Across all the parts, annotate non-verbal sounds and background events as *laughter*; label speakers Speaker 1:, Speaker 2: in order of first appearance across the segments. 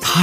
Speaker 1: 他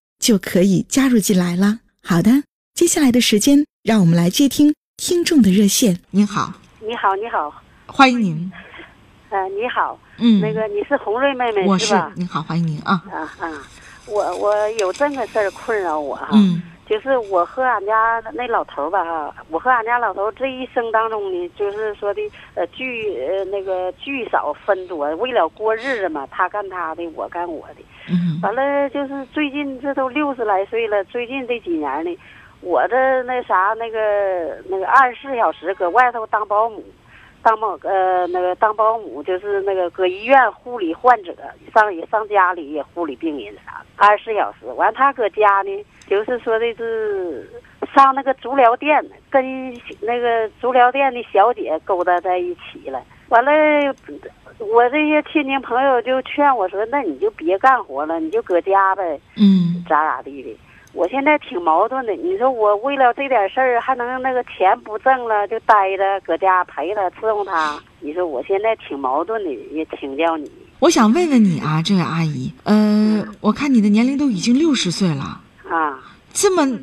Speaker 2: 就可以加入进来了。好的，接下来的时间，让我们来接听听众的热线。您好，
Speaker 3: 你好，你好，
Speaker 2: 欢迎您。
Speaker 3: 呃，你好，
Speaker 2: 嗯，
Speaker 3: 那个你是红瑞妹妹
Speaker 2: 我
Speaker 3: 是吧？
Speaker 2: 您好，欢迎您啊。
Speaker 3: 啊啊，我我有这个事儿困扰我哈、
Speaker 2: 嗯
Speaker 3: 就是我和俺家那老头儿吧哈，我和俺家老头儿这一生当中呢，就是说的呃聚呃那个聚少分多，为了过日子嘛，他干他的，我干我的。
Speaker 2: 嗯
Speaker 3: 完了就是最近这都六十来岁了，最近这几年呢，我这那啥那个那个二十四小时搁外头当保姆，当保呃那个当保姆就是那个搁医院护理患者，上也上家里也护理病人啥的，二十四小时。完他搁家呢，就是说的是上那个足疗店跟那个足疗店的小姐勾搭在一起了，完了。我这些亲戚朋友就劝我说：“那你就别干活了，你就搁家呗，
Speaker 2: 嗯
Speaker 3: 咋咋地的。”我现在挺矛盾的，你说我为了这点事儿还能那个钱不挣了就待着搁家陪他伺候他，你说我现在挺矛盾的，也请教你。
Speaker 4: 我想问问你啊，这位阿姨，呃，我看你的年龄都已经六十岁了，
Speaker 3: 啊，
Speaker 4: 这么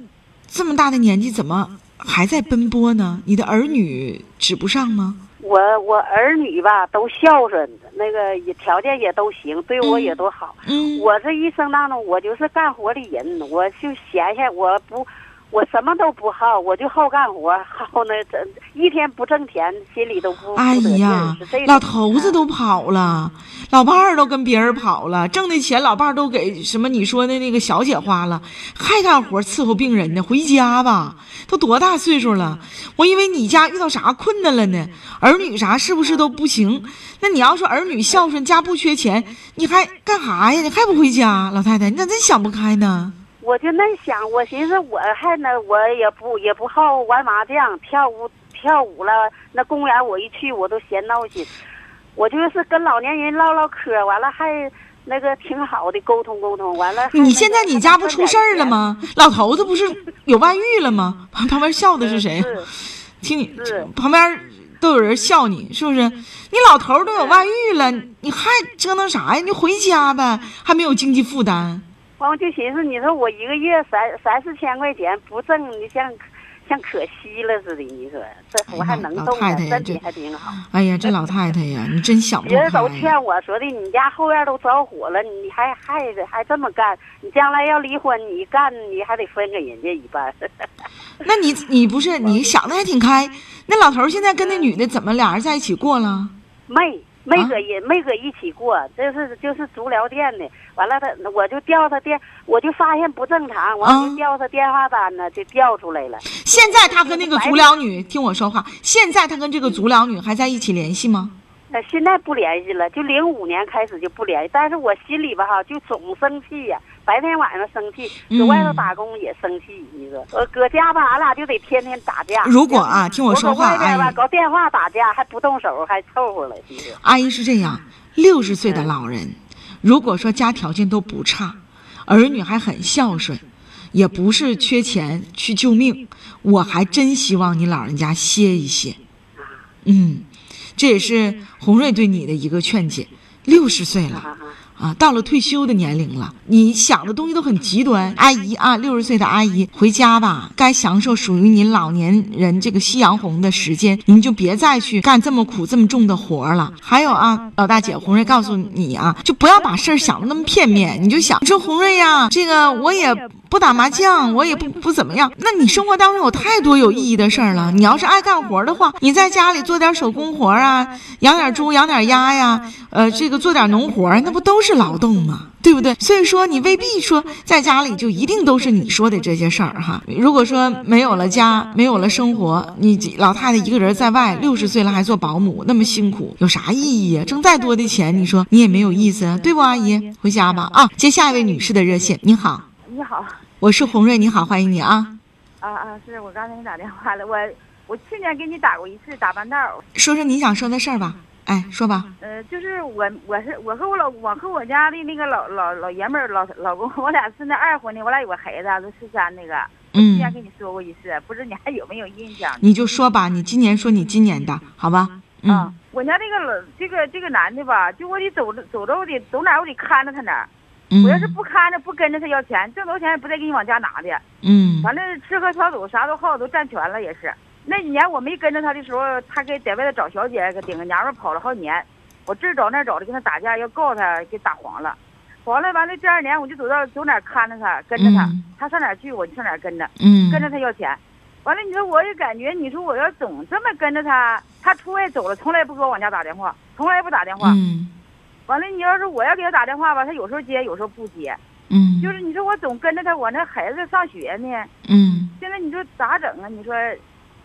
Speaker 4: 这么大的年纪，怎么还在奔波呢？你的儿女指不上吗？
Speaker 3: 我我儿女吧都孝顺，那个也条件也都行，对我也都好。
Speaker 4: 嗯，
Speaker 3: 我这一生当中，我就是干活的人，我就闲闲，我不，我什么都不好，我就好干活，好那这一天不挣钱，心里都不
Speaker 4: 阿
Speaker 3: 不得
Speaker 4: 姨
Speaker 3: 劲
Speaker 4: 哎呀、
Speaker 3: 儿是这种啊
Speaker 4: 老头子都跑了，老伴儿都跟别人跑了，挣的钱老伴儿都给什么你说的那个小姐花了，还干活伺候病人呢？回家吧，都多大岁数了？我以为你家遇到啥困难了呢？儿女啥是不是都不行？那你要说儿女孝顺，家不缺钱，你还干啥呀？你还不回家，老太太，你咋真想不开呢？
Speaker 3: 我就那想，我寻思我还能，我也不也不好玩麻将、跳舞、跳舞了。那公园我一去，我都嫌闹心。我就是跟老年人唠唠嗑，完了还那个挺好的沟通沟通。完了还那个，
Speaker 4: 你现在你家不出事儿了吗？老头子不是有外遇了吗？旁旁边笑的
Speaker 3: 还能赚
Speaker 4: 是谁
Speaker 3: 点钱？？是
Speaker 4: 听你
Speaker 3: 是
Speaker 4: 旁边都有人笑你，是不是？
Speaker 3: 嗯
Speaker 4: 你老头儿都有外遇了，你还折腾啥呀？你就回家呗，还没有经济负担。
Speaker 3: 完我就寻思，你说我一个月三三四千块钱不挣，你像像可惜了似的。你说这我还能动
Speaker 4: 哎呀老太
Speaker 3: 啊，
Speaker 4: 太呀
Speaker 3: 身体
Speaker 4: 这
Speaker 3: 还挺好。
Speaker 4: 哎呀，这老太太呀，你真想不
Speaker 3: 别人都
Speaker 4: 开。
Speaker 3: 劝我说的，你家后院都着火了，你还还还这么干，你将来要离婚，你干你还得分给人家一半。
Speaker 4: 那你你不是你想的还挺开？那老头儿现在
Speaker 3: 嗯
Speaker 4: 跟那女的怎么俩人在一起过了？
Speaker 3: *laughs* 没没
Speaker 4: 啊
Speaker 3: 搁一没搁一起过，这是就是足疗店的。完了他我就调他电，我就发现不正常，完了
Speaker 4: 啊
Speaker 3: 就调他电话单呢，就调出来了。
Speaker 4: 现在他跟那个足疗女，听我说话，现在他跟这个足疗女还在一起联系吗？
Speaker 3: 那呃现在不联系了，就零五年开始就不联系。但是我心里吧哈，就总生气呀、白天晚上生气，
Speaker 4: 嗯
Speaker 3: 搁外头打工也生气。你说，我搁家吧，俺俩就得天天打架。
Speaker 4: 如果啊，听
Speaker 3: 我
Speaker 4: 说话，
Speaker 3: 搁外
Speaker 4: 阿
Speaker 3: 边吧，
Speaker 4: 姨，
Speaker 3: 搞电话打架还不动手，还凑合了。你说
Speaker 4: 阿姨是这样，六十岁的老人，如果说家条件都不差，儿女还很孝顺，也不是缺钱去救命，我还真希望你老人家歇一歇。嗯，这也是红瑞对你的一个劝解。六十岁了。
Speaker 3: 啊
Speaker 4: 啊，到了退休的年龄了，你想的东西都很极
Speaker 3: 嗯
Speaker 4: 端。阿姨啊，六十岁的阿姨回家吧，该享受属于您老年人这个夕阳红的时间，您就别再去干这么苦这么重的活儿
Speaker 3: 嗯
Speaker 4: 了。还有啊，老大姐，红瑞
Speaker 3: 嗯
Speaker 4: 告诉你啊，就不要把事儿想的那么片面，你就想，你说红瑞呀、这个我也不打麻
Speaker 3: 嗯
Speaker 4: 将，我也不不怎么样。那你生活当中有太多有意义的事儿了。你要是爱干活的话，你在家里做点手工活啊，养点猪，养点鸭呀，呃，这个做点农活儿，那不都是劳动吗？对不对？所以说你未必说在家里就一定都是你说的这些事儿哈。如果说没有了家，没有了生活，你老太太一个人在外，六十岁了还做保姆，那么辛苦，有啥意义呀、挣再多的钱，你说你也没有意思啊，对不，阿姨？回家吧啊！接下一位女士的热线，您好，
Speaker 5: 你好，
Speaker 4: 我是红瑞，你好，欢迎你啊。
Speaker 5: 啊啊，是我刚才给你打电话了，我我去年给你打过一次打半道儿，
Speaker 4: 说说你想说的事儿吧，哎，说吧。
Speaker 5: 呃，就是我我是我和我老我和我家的那个老老老爷们儿老老公，我俩是那二婚的，我俩有个孩子都十啊三那个，我去
Speaker 4: 嗯
Speaker 5: 年跟你说过一次，不知你还有没有印象？
Speaker 4: 你就说吧，你今年说你今年的，好吧？
Speaker 5: 啊
Speaker 4: 嗯，
Speaker 5: 我家这个老这个这个男的吧，就我得走着走着，我得走哪儿我得看着他哪儿，
Speaker 4: 嗯
Speaker 5: 我要是不看着不跟着他要钱，挣多少钱也不带给你往家拿的。
Speaker 4: 嗯
Speaker 5: 完了吃喝嫖赌啥都好，都占全了也是。那几年我没跟着他的时候，他给在外头找小姐，给顶个娘们儿跑了好几年。我这儿找那儿找的，跟他打架，要告他，给打黄了。黄了完了，第二年我就走到走哪儿看着他，跟着他，
Speaker 4: 嗯
Speaker 5: 他上哪儿去我就上哪儿跟着，
Speaker 4: 嗯，
Speaker 5: 跟着他要钱。完了，你说我也感觉，你说我要总这么跟着他，他出外走了，从来不给我往家打电话，从来不打电话。
Speaker 4: 嗯
Speaker 5: 完了，你要是我要给他打电话吧，他有时候接，有时候不接。
Speaker 4: 嗯，
Speaker 5: 就是你说我总跟着他，我那孩子上学呢，
Speaker 4: 嗯
Speaker 5: 现在你说咋整啊？你说，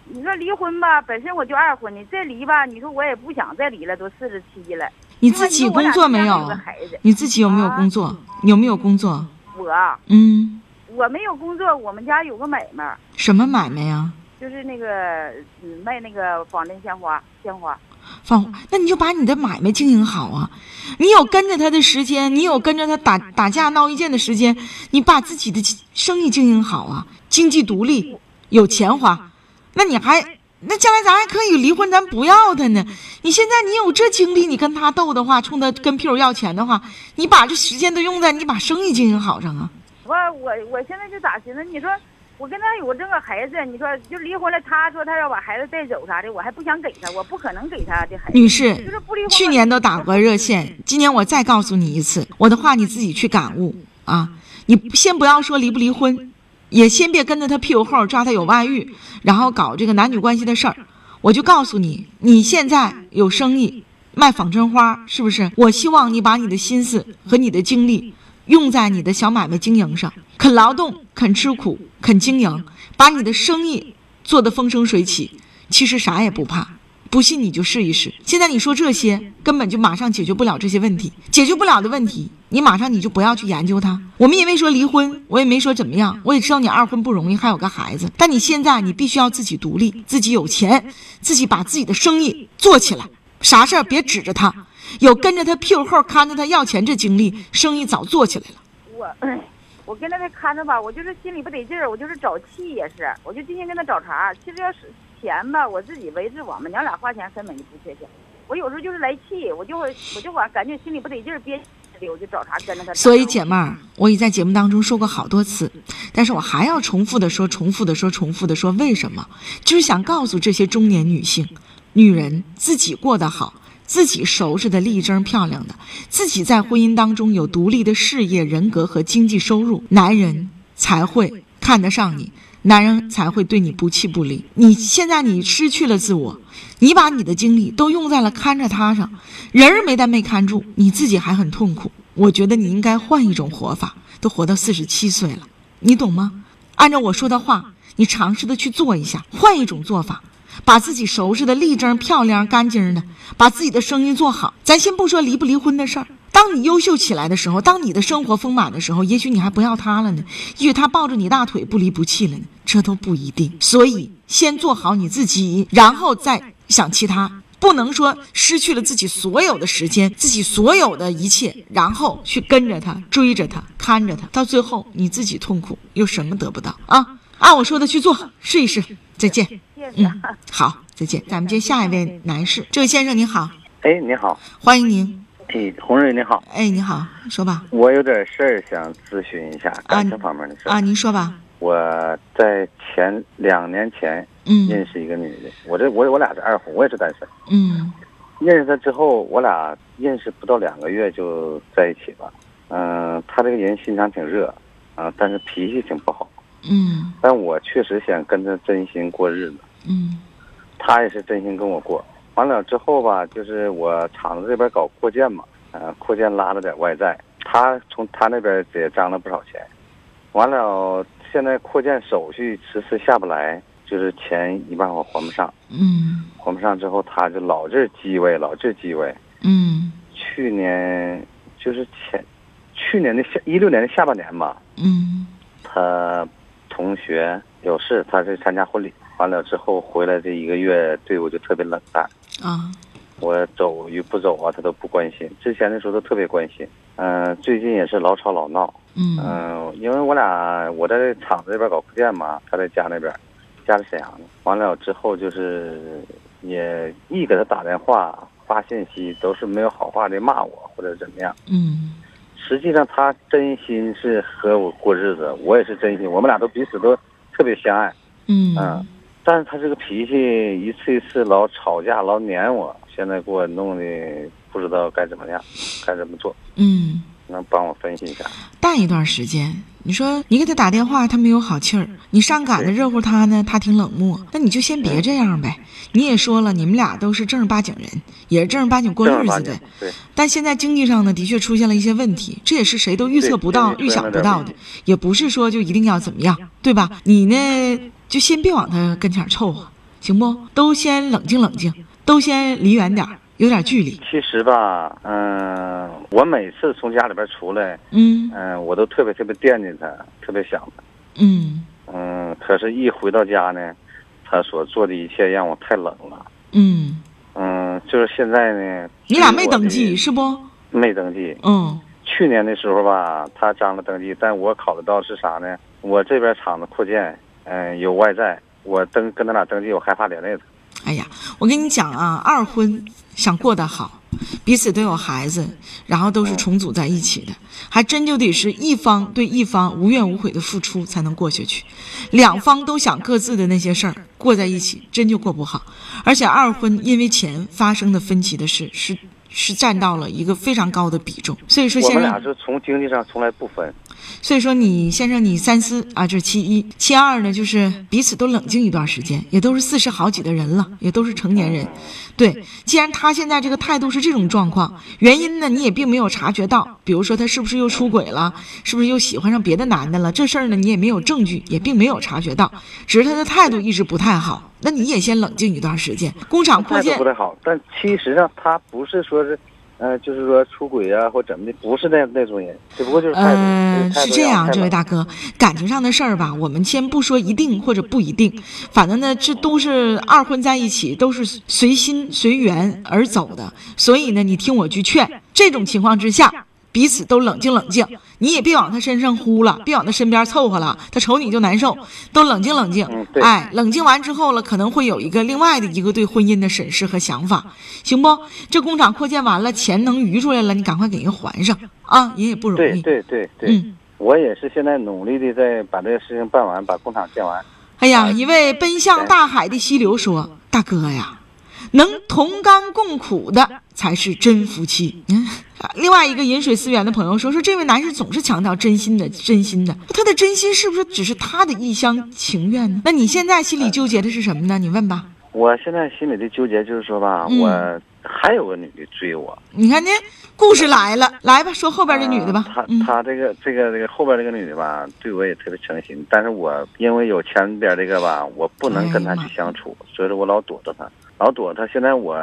Speaker 5: 你说离婚吧，本身我就二婚的，再离吧，你说我也不想再离了，都四十七了。
Speaker 4: 你自己工作没
Speaker 5: 另外你说我俩家里
Speaker 4: 有
Speaker 5: 有个？孩子，
Speaker 4: 你自己有没有工作？有没有工作？
Speaker 5: 我啊
Speaker 4: 嗯，
Speaker 5: 我没有工作，我们家有个买卖，
Speaker 4: 什么买卖呀？
Speaker 5: 就是那个嗯卖那个仿真鲜花，鲜花。
Speaker 4: 放，那你就把你的买卖经营好啊！你有跟着他的时间，你有跟着他打打架闹意见的时间，你把自己的生意经营好啊，经济独立，有钱花，那你还那将来咱还可以离婚，咱不要他呢。你现在你有这精力，你跟他斗的话，冲他跟屁股要钱的话，你把这时间都用在你把生意经营好上啊。
Speaker 5: 我我我现在就咋寻思？你说我跟他有这个孩子，你说就离婚了，他说他要把孩子带走啥的，我还不想给他，我不可能给他这孩子。
Speaker 4: 女
Speaker 5: 就
Speaker 4: 士
Speaker 5: 是，不离婚。
Speaker 4: 去年都打过热线，今年我再告诉你一次，我的话你自己去感悟啊！你先不要说离不离婚，也先别跟着他屁股后抓他有外遇，然后搞这个男女关系的事儿。我就告诉你，你现在有生意卖仿真花，是不是？我希望你把你的心思和你的精力用在你的小买卖经营上，肯劳动，肯吃苦，肯经营，把你的生意做得风生水起。其实啥也不怕，不信你就试一试。现在你说这些，根本就马上解决不了这些问题，解决不了的问题，你马上你就不要去研究它。我们也没说离婚，我也没说怎么样，我也知道你二婚不容易，还有个孩子，但你现在你必须要自己独立，自己有钱，自己把自己的生意做起来，啥事儿别指着他。有跟着他屁股后看着他要钱这经历，生意早做起来了。
Speaker 5: 我我跟着他看着吧，我就是心里不得劲儿，我就是找气也是，我就今天跟他找茬儿。其实要是钱吧，我自己维持我们娘俩花钱根本就不缺钱。我有时候就是来气，我就会我就我感觉心里不得劲儿，憋气我就找茬跟着他。
Speaker 4: 所以姐妹儿，我已在节目当中说过好多次，但是我还要重复的说，重复的说，重复的说，为什么？就是想告诉这些中年女性、女人，自己过得好，自己收拾的立正漂亮的，自己在婚姻当中有独立的事业、人格和经济收入，男人才会看得上你。男人才会对你不弃不离。你现在你失去了自我，你把你的精力都用在了看着他上，人儿没但没看住，你自己还很痛苦。我觉得你应该换一种活法，都活到四十七岁了，你懂吗？按照我说的话，你尝试的去做一下，换一种做法，把自己收拾的立正、漂亮、干净的，把自己的生意做好。咱先不说离不离婚的事儿，当你优秀起来的时候，当你的生活丰满的时候，也许你还不要他了呢，也许他抱着你大腿不离不弃了呢，这都不一定。所以，先做好你自己，然后再想其他。不能说失去了自己所有的时间，自己所有的一切，然后去跟着他、追着他、看着他，到最后你自己痛苦，又什么得不到啊？按我说的去做，试一试。再见。
Speaker 5: 谢谢啊
Speaker 4: 嗯，好，再见。咱们接下一位男士，这位先生您好，
Speaker 6: 哎，你好，
Speaker 4: 欢迎您。
Speaker 6: 哎，红瑞你好，
Speaker 4: 哎，你好，说吧。
Speaker 6: 我有点事儿想咨询一下感情方面的事儿。
Speaker 4: 啊，您说吧。
Speaker 6: 我在前两年前认
Speaker 4: 嗯
Speaker 6: 识一个女的，我这我我俩是二婚，我也是单身。
Speaker 4: 嗯
Speaker 6: 认识她之后，我俩认识不到两个月就在一起了。嗯、她这个人心肠挺热，啊、但是脾气挺不好。
Speaker 4: 嗯
Speaker 6: 但我确实想跟他真心过日子，
Speaker 4: 嗯
Speaker 6: 他也是真心跟我过。完了之后吧，就是我厂子这边搞扩建嘛，呃，扩建拉了点外债，他从他那边也张了不少钱。完了，现在扩建手续迟迟下不来，就是钱一半我还不上，
Speaker 4: 嗯
Speaker 6: 还不上之后他就老这积位，老这积位。
Speaker 4: 嗯
Speaker 6: 去年就是前，去年的下一六年的下半年吧，
Speaker 4: 嗯
Speaker 6: 他同学有事，他是参加婚礼，完了之后回来这一个月，对我就特别冷淡。
Speaker 4: 啊
Speaker 6: 我走与不走啊，他都不关心。之前的时候都特别关心，嗯、最近也是老吵老闹，
Speaker 4: 嗯
Speaker 6: 嗯、因为我俩我在厂子这边搞扩建嘛，他在家那边，家在沈阳呢。完了之后就是也一给他打电话发信息，都是没有好话的骂我或者怎么样。
Speaker 4: 嗯
Speaker 6: 实际上他真心是和我过日子，我也是真心，我们俩都彼此都特别相爱，
Speaker 4: 嗯
Speaker 6: 嗯。但是他这个脾气一次一次老吵架，老撵我，现在给我弄的不知道该怎么样，该怎么做，
Speaker 4: 嗯，
Speaker 6: 能帮我分析一下？
Speaker 4: 淡一段时间。你说你给他打电话，他没有好气儿；你上赶着热乎他呢，他挺冷漠。那你就先
Speaker 6: 嗯
Speaker 4: 别这样呗。你也说了，你们俩都是正儿八经人，也是正儿八经过
Speaker 6: 正儿
Speaker 4: 日
Speaker 6: 八
Speaker 4: 子
Speaker 6: 经
Speaker 4: 的。，
Speaker 6: 对，
Speaker 4: 但现在经济上呢，的确出现了一些问题，这也是谁都预测不到、
Speaker 6: 嗯对
Speaker 4: 预想不到
Speaker 6: 对
Speaker 4: 的，也不是说就一定要怎么样，对吧？你呢，就先别往他跟前儿凑合，行不？都先冷静冷静，都先离远点儿，有点距离。
Speaker 6: 其实吧，嗯、我每次从家里边出来，
Speaker 4: 嗯
Speaker 6: 嗯、我都特别特别惦记他，特别想他，
Speaker 4: 嗯
Speaker 6: 嗯、可是，一回到家呢，他所做的一切让我太冷了。
Speaker 4: 嗯，
Speaker 6: 嗯，就是现在呢，
Speaker 4: 你俩没登
Speaker 6: 据我
Speaker 4: 记
Speaker 6: 的
Speaker 4: 是不？
Speaker 6: 没登记。
Speaker 4: 嗯
Speaker 6: 去年的时候吧，他张了登记，但我考虑到是啥呢？我这边厂子扩建，嗯、有外债，我登跟他俩登记，我害怕连累他。
Speaker 4: 哎呀，我跟你讲啊，二婚想过得好，彼此都有孩子，然后都是重组在一起的，还真就得是一方对一方无怨无悔的付出才能过下去。两方都想各自的那些事儿过在一起，真就过不好。而且二婚因为钱发生的分歧的事是。是占到了一个非常高的比重，所以说
Speaker 6: 我
Speaker 4: 先
Speaker 6: 们
Speaker 4: 生，
Speaker 6: 俩是从经济上从来不分，
Speaker 4: 所以说你先生你三思啊，这是其一，其二呢就是彼此都冷静一段时间，也都是四十好几的人了，也都是成年人。对，既然他现在这个态度是这种状况，原因呢你也并没有察觉到，比如说他是不是又出轨了，是不是又喜欢上别的男的了，这事儿呢你也没有证据，也并没有察觉到，只是他的态度一直不太好。那你也先冷静一段时间，工厂扩
Speaker 6: 态度
Speaker 4: 建
Speaker 6: 不，太好。但其实上他不是说是，呃，就是说出轨啊或怎么的，不是那那种人，只不过就是态度。
Speaker 4: 呃，
Speaker 6: 态
Speaker 4: 是
Speaker 6: 度
Speaker 4: 这
Speaker 6: 让我
Speaker 4: 样，
Speaker 6: 太
Speaker 4: 这位
Speaker 6: 冷
Speaker 4: 大哥，感情上的事儿吧，我们先不说一定或者不一定，反正呢，这都是二婚在一起，都是随心随缘而走的。所以呢，你听我句劝，这种情况之下，彼此都冷静冷静，你也别往他身上呼了，别往他身边凑合了，他瞅你就难受，都冷静冷静。
Speaker 6: 嗯对
Speaker 4: 哎，冷静完之后了，可能会有一个另外的一个对婚姻的审视和想法，行不？这工厂扩建完了，钱能余出来了，你赶快给人还上啊，人也不容易。
Speaker 6: 对对对对，
Speaker 4: 嗯
Speaker 6: 我也是现在努力的在把这个事情办完，把工厂建完。
Speaker 4: 哎呀，一位奔向大海的溪流说：“大哥呀，能同甘共苦的才是真夫妻。”嗯，另外一个饮水思源的朋友说：“说这位男士总是强调真心的，真心的，他的真心是不是只是他的一厢情愿呢？那你现在心里纠结的是什么呢？你问吧。
Speaker 6: 我现在心里的纠结就是说吧，
Speaker 4: 嗯
Speaker 6: 我还有个女的追我，
Speaker 4: 你看这故事来了，来吧，说后边这女的吧。
Speaker 6: 啊
Speaker 4: 嗯
Speaker 6: 她她这个这个这个后边这个女的吧，对我也特别诚心，但是我因为有前边这个吧，我不能跟她
Speaker 4: 哎呀
Speaker 6: 去
Speaker 4: 妈
Speaker 6: 相处，所以说我老躲着她，老躲她。现在我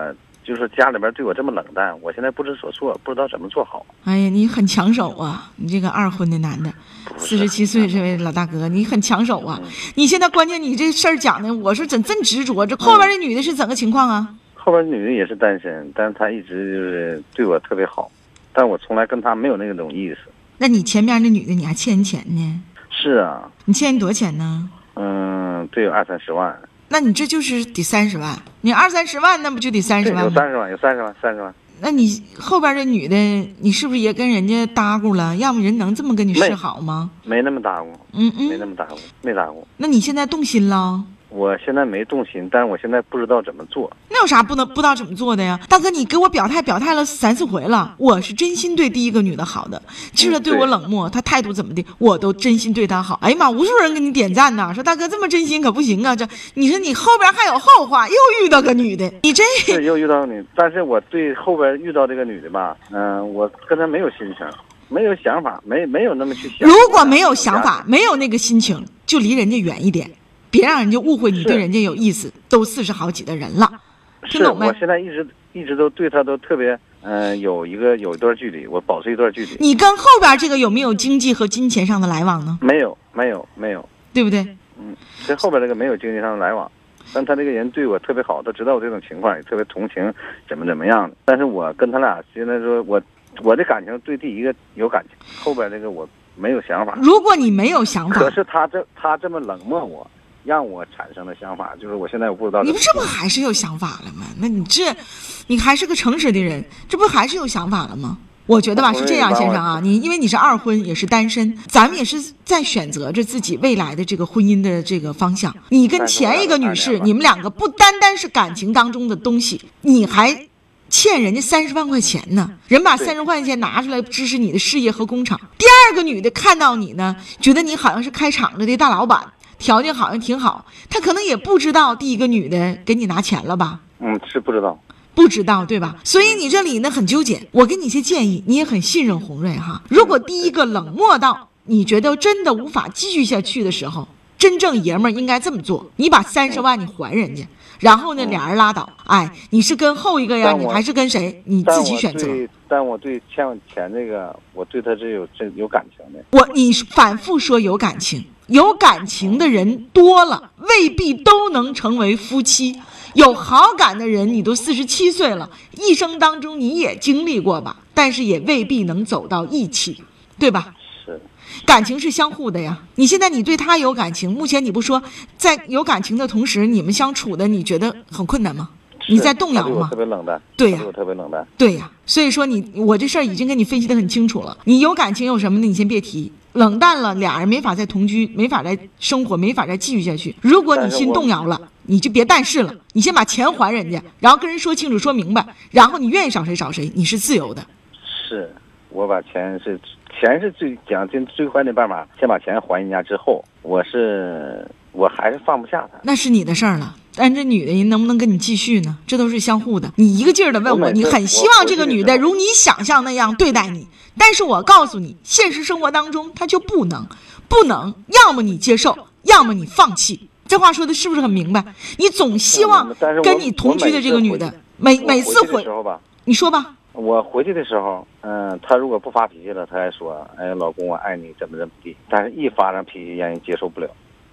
Speaker 6: 就是家里边对我这么冷淡，我现在不知所措，不知道怎么做好。
Speaker 4: 哎呀，你很抢手啊！你这个二婚的男的，四十七岁这位老大哥，你很抢手啊！你现在关键你这事儿讲的，我说怎真执着？这后边这女的是怎个情况啊？
Speaker 6: 后边女的也是单身，但是她一直就是对我特别好，但我从来跟她没有那种意思。
Speaker 4: 那你前面那女的你还欠人钱呢？
Speaker 6: 是啊，
Speaker 4: 你欠人多少钱呢？
Speaker 6: 嗯，得有二三十万，
Speaker 4: 那你这就是得三十万，你二三十万那不就得三十
Speaker 6: 对，有
Speaker 4: 万吗
Speaker 6: 三？十万，有三十万，三十万。
Speaker 4: 那你后边这女的，你是不是也跟人家搭咕了？要么人能这么跟你示好吗？
Speaker 6: 没那么搭过，
Speaker 4: 嗯嗯，
Speaker 6: 没那么搭过，没搭过。
Speaker 4: 那你现在动心了？
Speaker 6: 我现在没动心，但是我现在不知道怎么
Speaker 4: *laughs*
Speaker 6: 做。
Speaker 4: 那有啥不能不知道怎么做的呀？大哥，你给我表态表态了三四回了，我是真心对第一个女的好的，去了对我冷漠，她态度怎么的，我都真心对她好。哎呀妈，无数人给你点赞呐，说大哥这么真心可不行啊！这你说你后边还有后话，又遇到个女的，你真
Speaker 6: 是又遇到你，但是我对后边遇到这个女的吧，嗯、我跟她没有心情，没有想法，没没有那么去
Speaker 4: *laughs*
Speaker 6: 想。
Speaker 4: 如果没有想法，，没有那个心情，就离人家远一点，别让人家误会你对
Speaker 6: 是
Speaker 4: 人家有意思。都四十好几的人了，听
Speaker 6: 是
Speaker 4: 懂没
Speaker 6: 我现在一直一直都对她都特别，嗯、有一个有一段距离，我保持一段距离。
Speaker 4: 你跟后边这个有没有经济和金钱上的来往呢？
Speaker 6: 没有，没有，没有，
Speaker 4: 对不对？
Speaker 6: 嗯，跟后边这个没有经济上的来往，但他这个人对我特别好，他知道我这种情况，也特别同情，怎么怎么样的。但是我跟他俩现在说，我我的感情对第一个有感情，后边这个我没有想法。
Speaker 4: 如果你没有想法
Speaker 6: 可，是他这他这么冷漠我，让我产生了想法，就是我现在我不知道怎
Speaker 4: 你
Speaker 6: 么
Speaker 4: 不
Speaker 6: 做。
Speaker 4: 这不还是有想法了吗？那你这，你还是个诚实的人，这不还是有想法了吗？我觉得吧
Speaker 6: 我
Speaker 4: 是这样，
Speaker 6: 也把
Speaker 4: 先
Speaker 6: 我
Speaker 4: 生啊，你因为你是二婚也是单身，咱们也是在选择着自己未来的这个婚姻的这个方向。你跟
Speaker 6: 但是我
Speaker 4: 前一个女
Speaker 6: 俩二
Speaker 4: 士，
Speaker 6: 两吧
Speaker 4: 你们两个不单单是感情当中的东西，你还欠人家三十万块钱呢。人把
Speaker 6: 对
Speaker 4: 三十万块钱拿出来支持你的事业和工厂。第二个女的看到你呢，觉得你好像是开厂子的大老板，条件好像挺好，她可能也不知道第一个女的给你拿钱了吧。
Speaker 6: 嗯，是不知道。
Speaker 4: 不知道对吧？所以你这里呢很纠结。我给你一些建议，你也很信任红瑞哈。如果第一个冷漠到你觉得真的无法继续下去的时候，真正爷们儿应该这么做：你把三十万你还人家，然后呢俩人拉倒。哎，你是跟后一个呀，
Speaker 6: 嗯但我
Speaker 4: 你还是跟谁？你
Speaker 6: 但
Speaker 4: 自
Speaker 6: 我
Speaker 4: 己选择。
Speaker 6: 对，但我对欠我钱这个，我对他是有真有感情的。
Speaker 4: 我你反复说有感情，有感情的人多了，未必都能成为夫妻。有好感的人，你都四十七岁了，一生当中你也经历过吧，但是也未必能走到一起，对吧？
Speaker 6: 是，
Speaker 4: 感情是相互的呀。你现在你对他有感情，目前你不说，在有感情的同时，你们相处的你觉得很困难吗？你
Speaker 6: 是
Speaker 4: 在动
Speaker 6: 他
Speaker 4: 摇
Speaker 6: 对我
Speaker 4: 吗
Speaker 6: 特？别冷淡。
Speaker 4: 对
Speaker 6: 他
Speaker 4: 呀
Speaker 6: 对我特别冷淡。
Speaker 4: 对呀、所以说你我这事儿已经跟你分析的很清楚了。你有感情有什么的，你先别提。冷淡了，俩人没法再同居，没法再生活，没法再继续下去。如果你
Speaker 6: 但是
Speaker 4: 心
Speaker 6: 我
Speaker 4: 动摇了，你就别但是了，你先把钱还人家，然后跟人说清楚、说明白，然后你愿意找谁找谁，你是自由的。
Speaker 6: 是我把钱是钱是最讲尽最快的办法，先把钱还人家之后，我是我还是放不下他。
Speaker 4: 那是你的事儿了。但这女的人能不能跟你继续呢？这都是相互的。你一个劲儿的问
Speaker 6: 我
Speaker 4: 我，
Speaker 6: 每次
Speaker 4: 你很希望这个女的
Speaker 6: 我我
Speaker 4: 如你想象那样对待你，但是我告诉你，现实生活当中她就不能，不能，要么你接受，要么你放弃。这话说的是不是很明白？你总希望
Speaker 6: 但是我
Speaker 4: 跟你同居的这个女的，每
Speaker 6: 我
Speaker 4: 每次
Speaker 6: 回去的
Speaker 4: 回
Speaker 6: 时，候吧，
Speaker 4: 你说吧，
Speaker 6: 我回去的时候，嗯、她如果不发脾气了，她还说，哎呀，老公我爱你，怎么怎么地。但是一发上脾气，让人接受不了。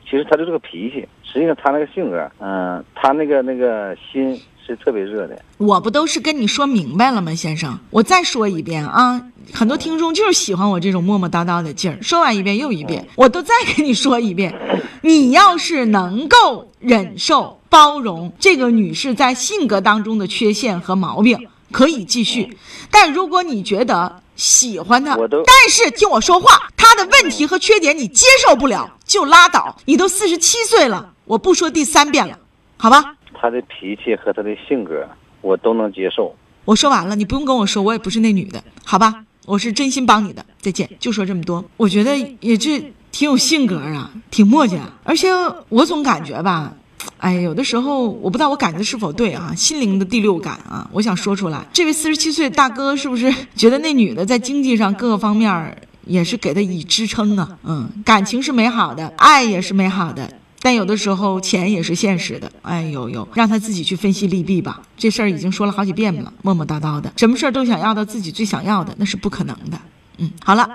Speaker 6: 其实她就这个脾气，实际上她那个性格，嗯、她那个那个心是特别热的。
Speaker 4: 我不都是跟你说明白了吗，先生？我再说一遍啊，很多听众就是喜欢我这种磨磨叨叨的劲儿，说完一遍又一
Speaker 6: 嗯
Speaker 4: 遍，我都再跟你说一遍。你要是能够忍受、包容这个女士在性格当中的缺陷和毛病，可以继续；但如果你觉得喜欢她，
Speaker 6: 嗯我都
Speaker 4: 但是听我说话，她的问题和缺点你接受不了，就拉倒。你都四十七岁了，我不说第三遍了，好吧？
Speaker 6: 她的脾气和她的性格，我都能接受。
Speaker 4: 我说完了，你不用跟我说，我也不是那女的，好吧？我是真心帮你的，再见。就说这么多，我觉得也是挺有性格啊，挺磨叽啊，而且我总感觉吧。哎，有的时候我不知道我感觉是否对啊，心灵的第六感啊，我想说出来。这位四十七岁大哥是不是觉得那女的在经济上各个方面儿也是给他以支撑啊？嗯，感情是美好的，爱也是美好的，但有的时候钱也是现实的，哎呦呦，让他自己去分析利弊吧。这事儿已经说了好几遍了，磨磨叨叨的，什么事儿都想要到自己最想要的，那是不可能的。嗯，好了，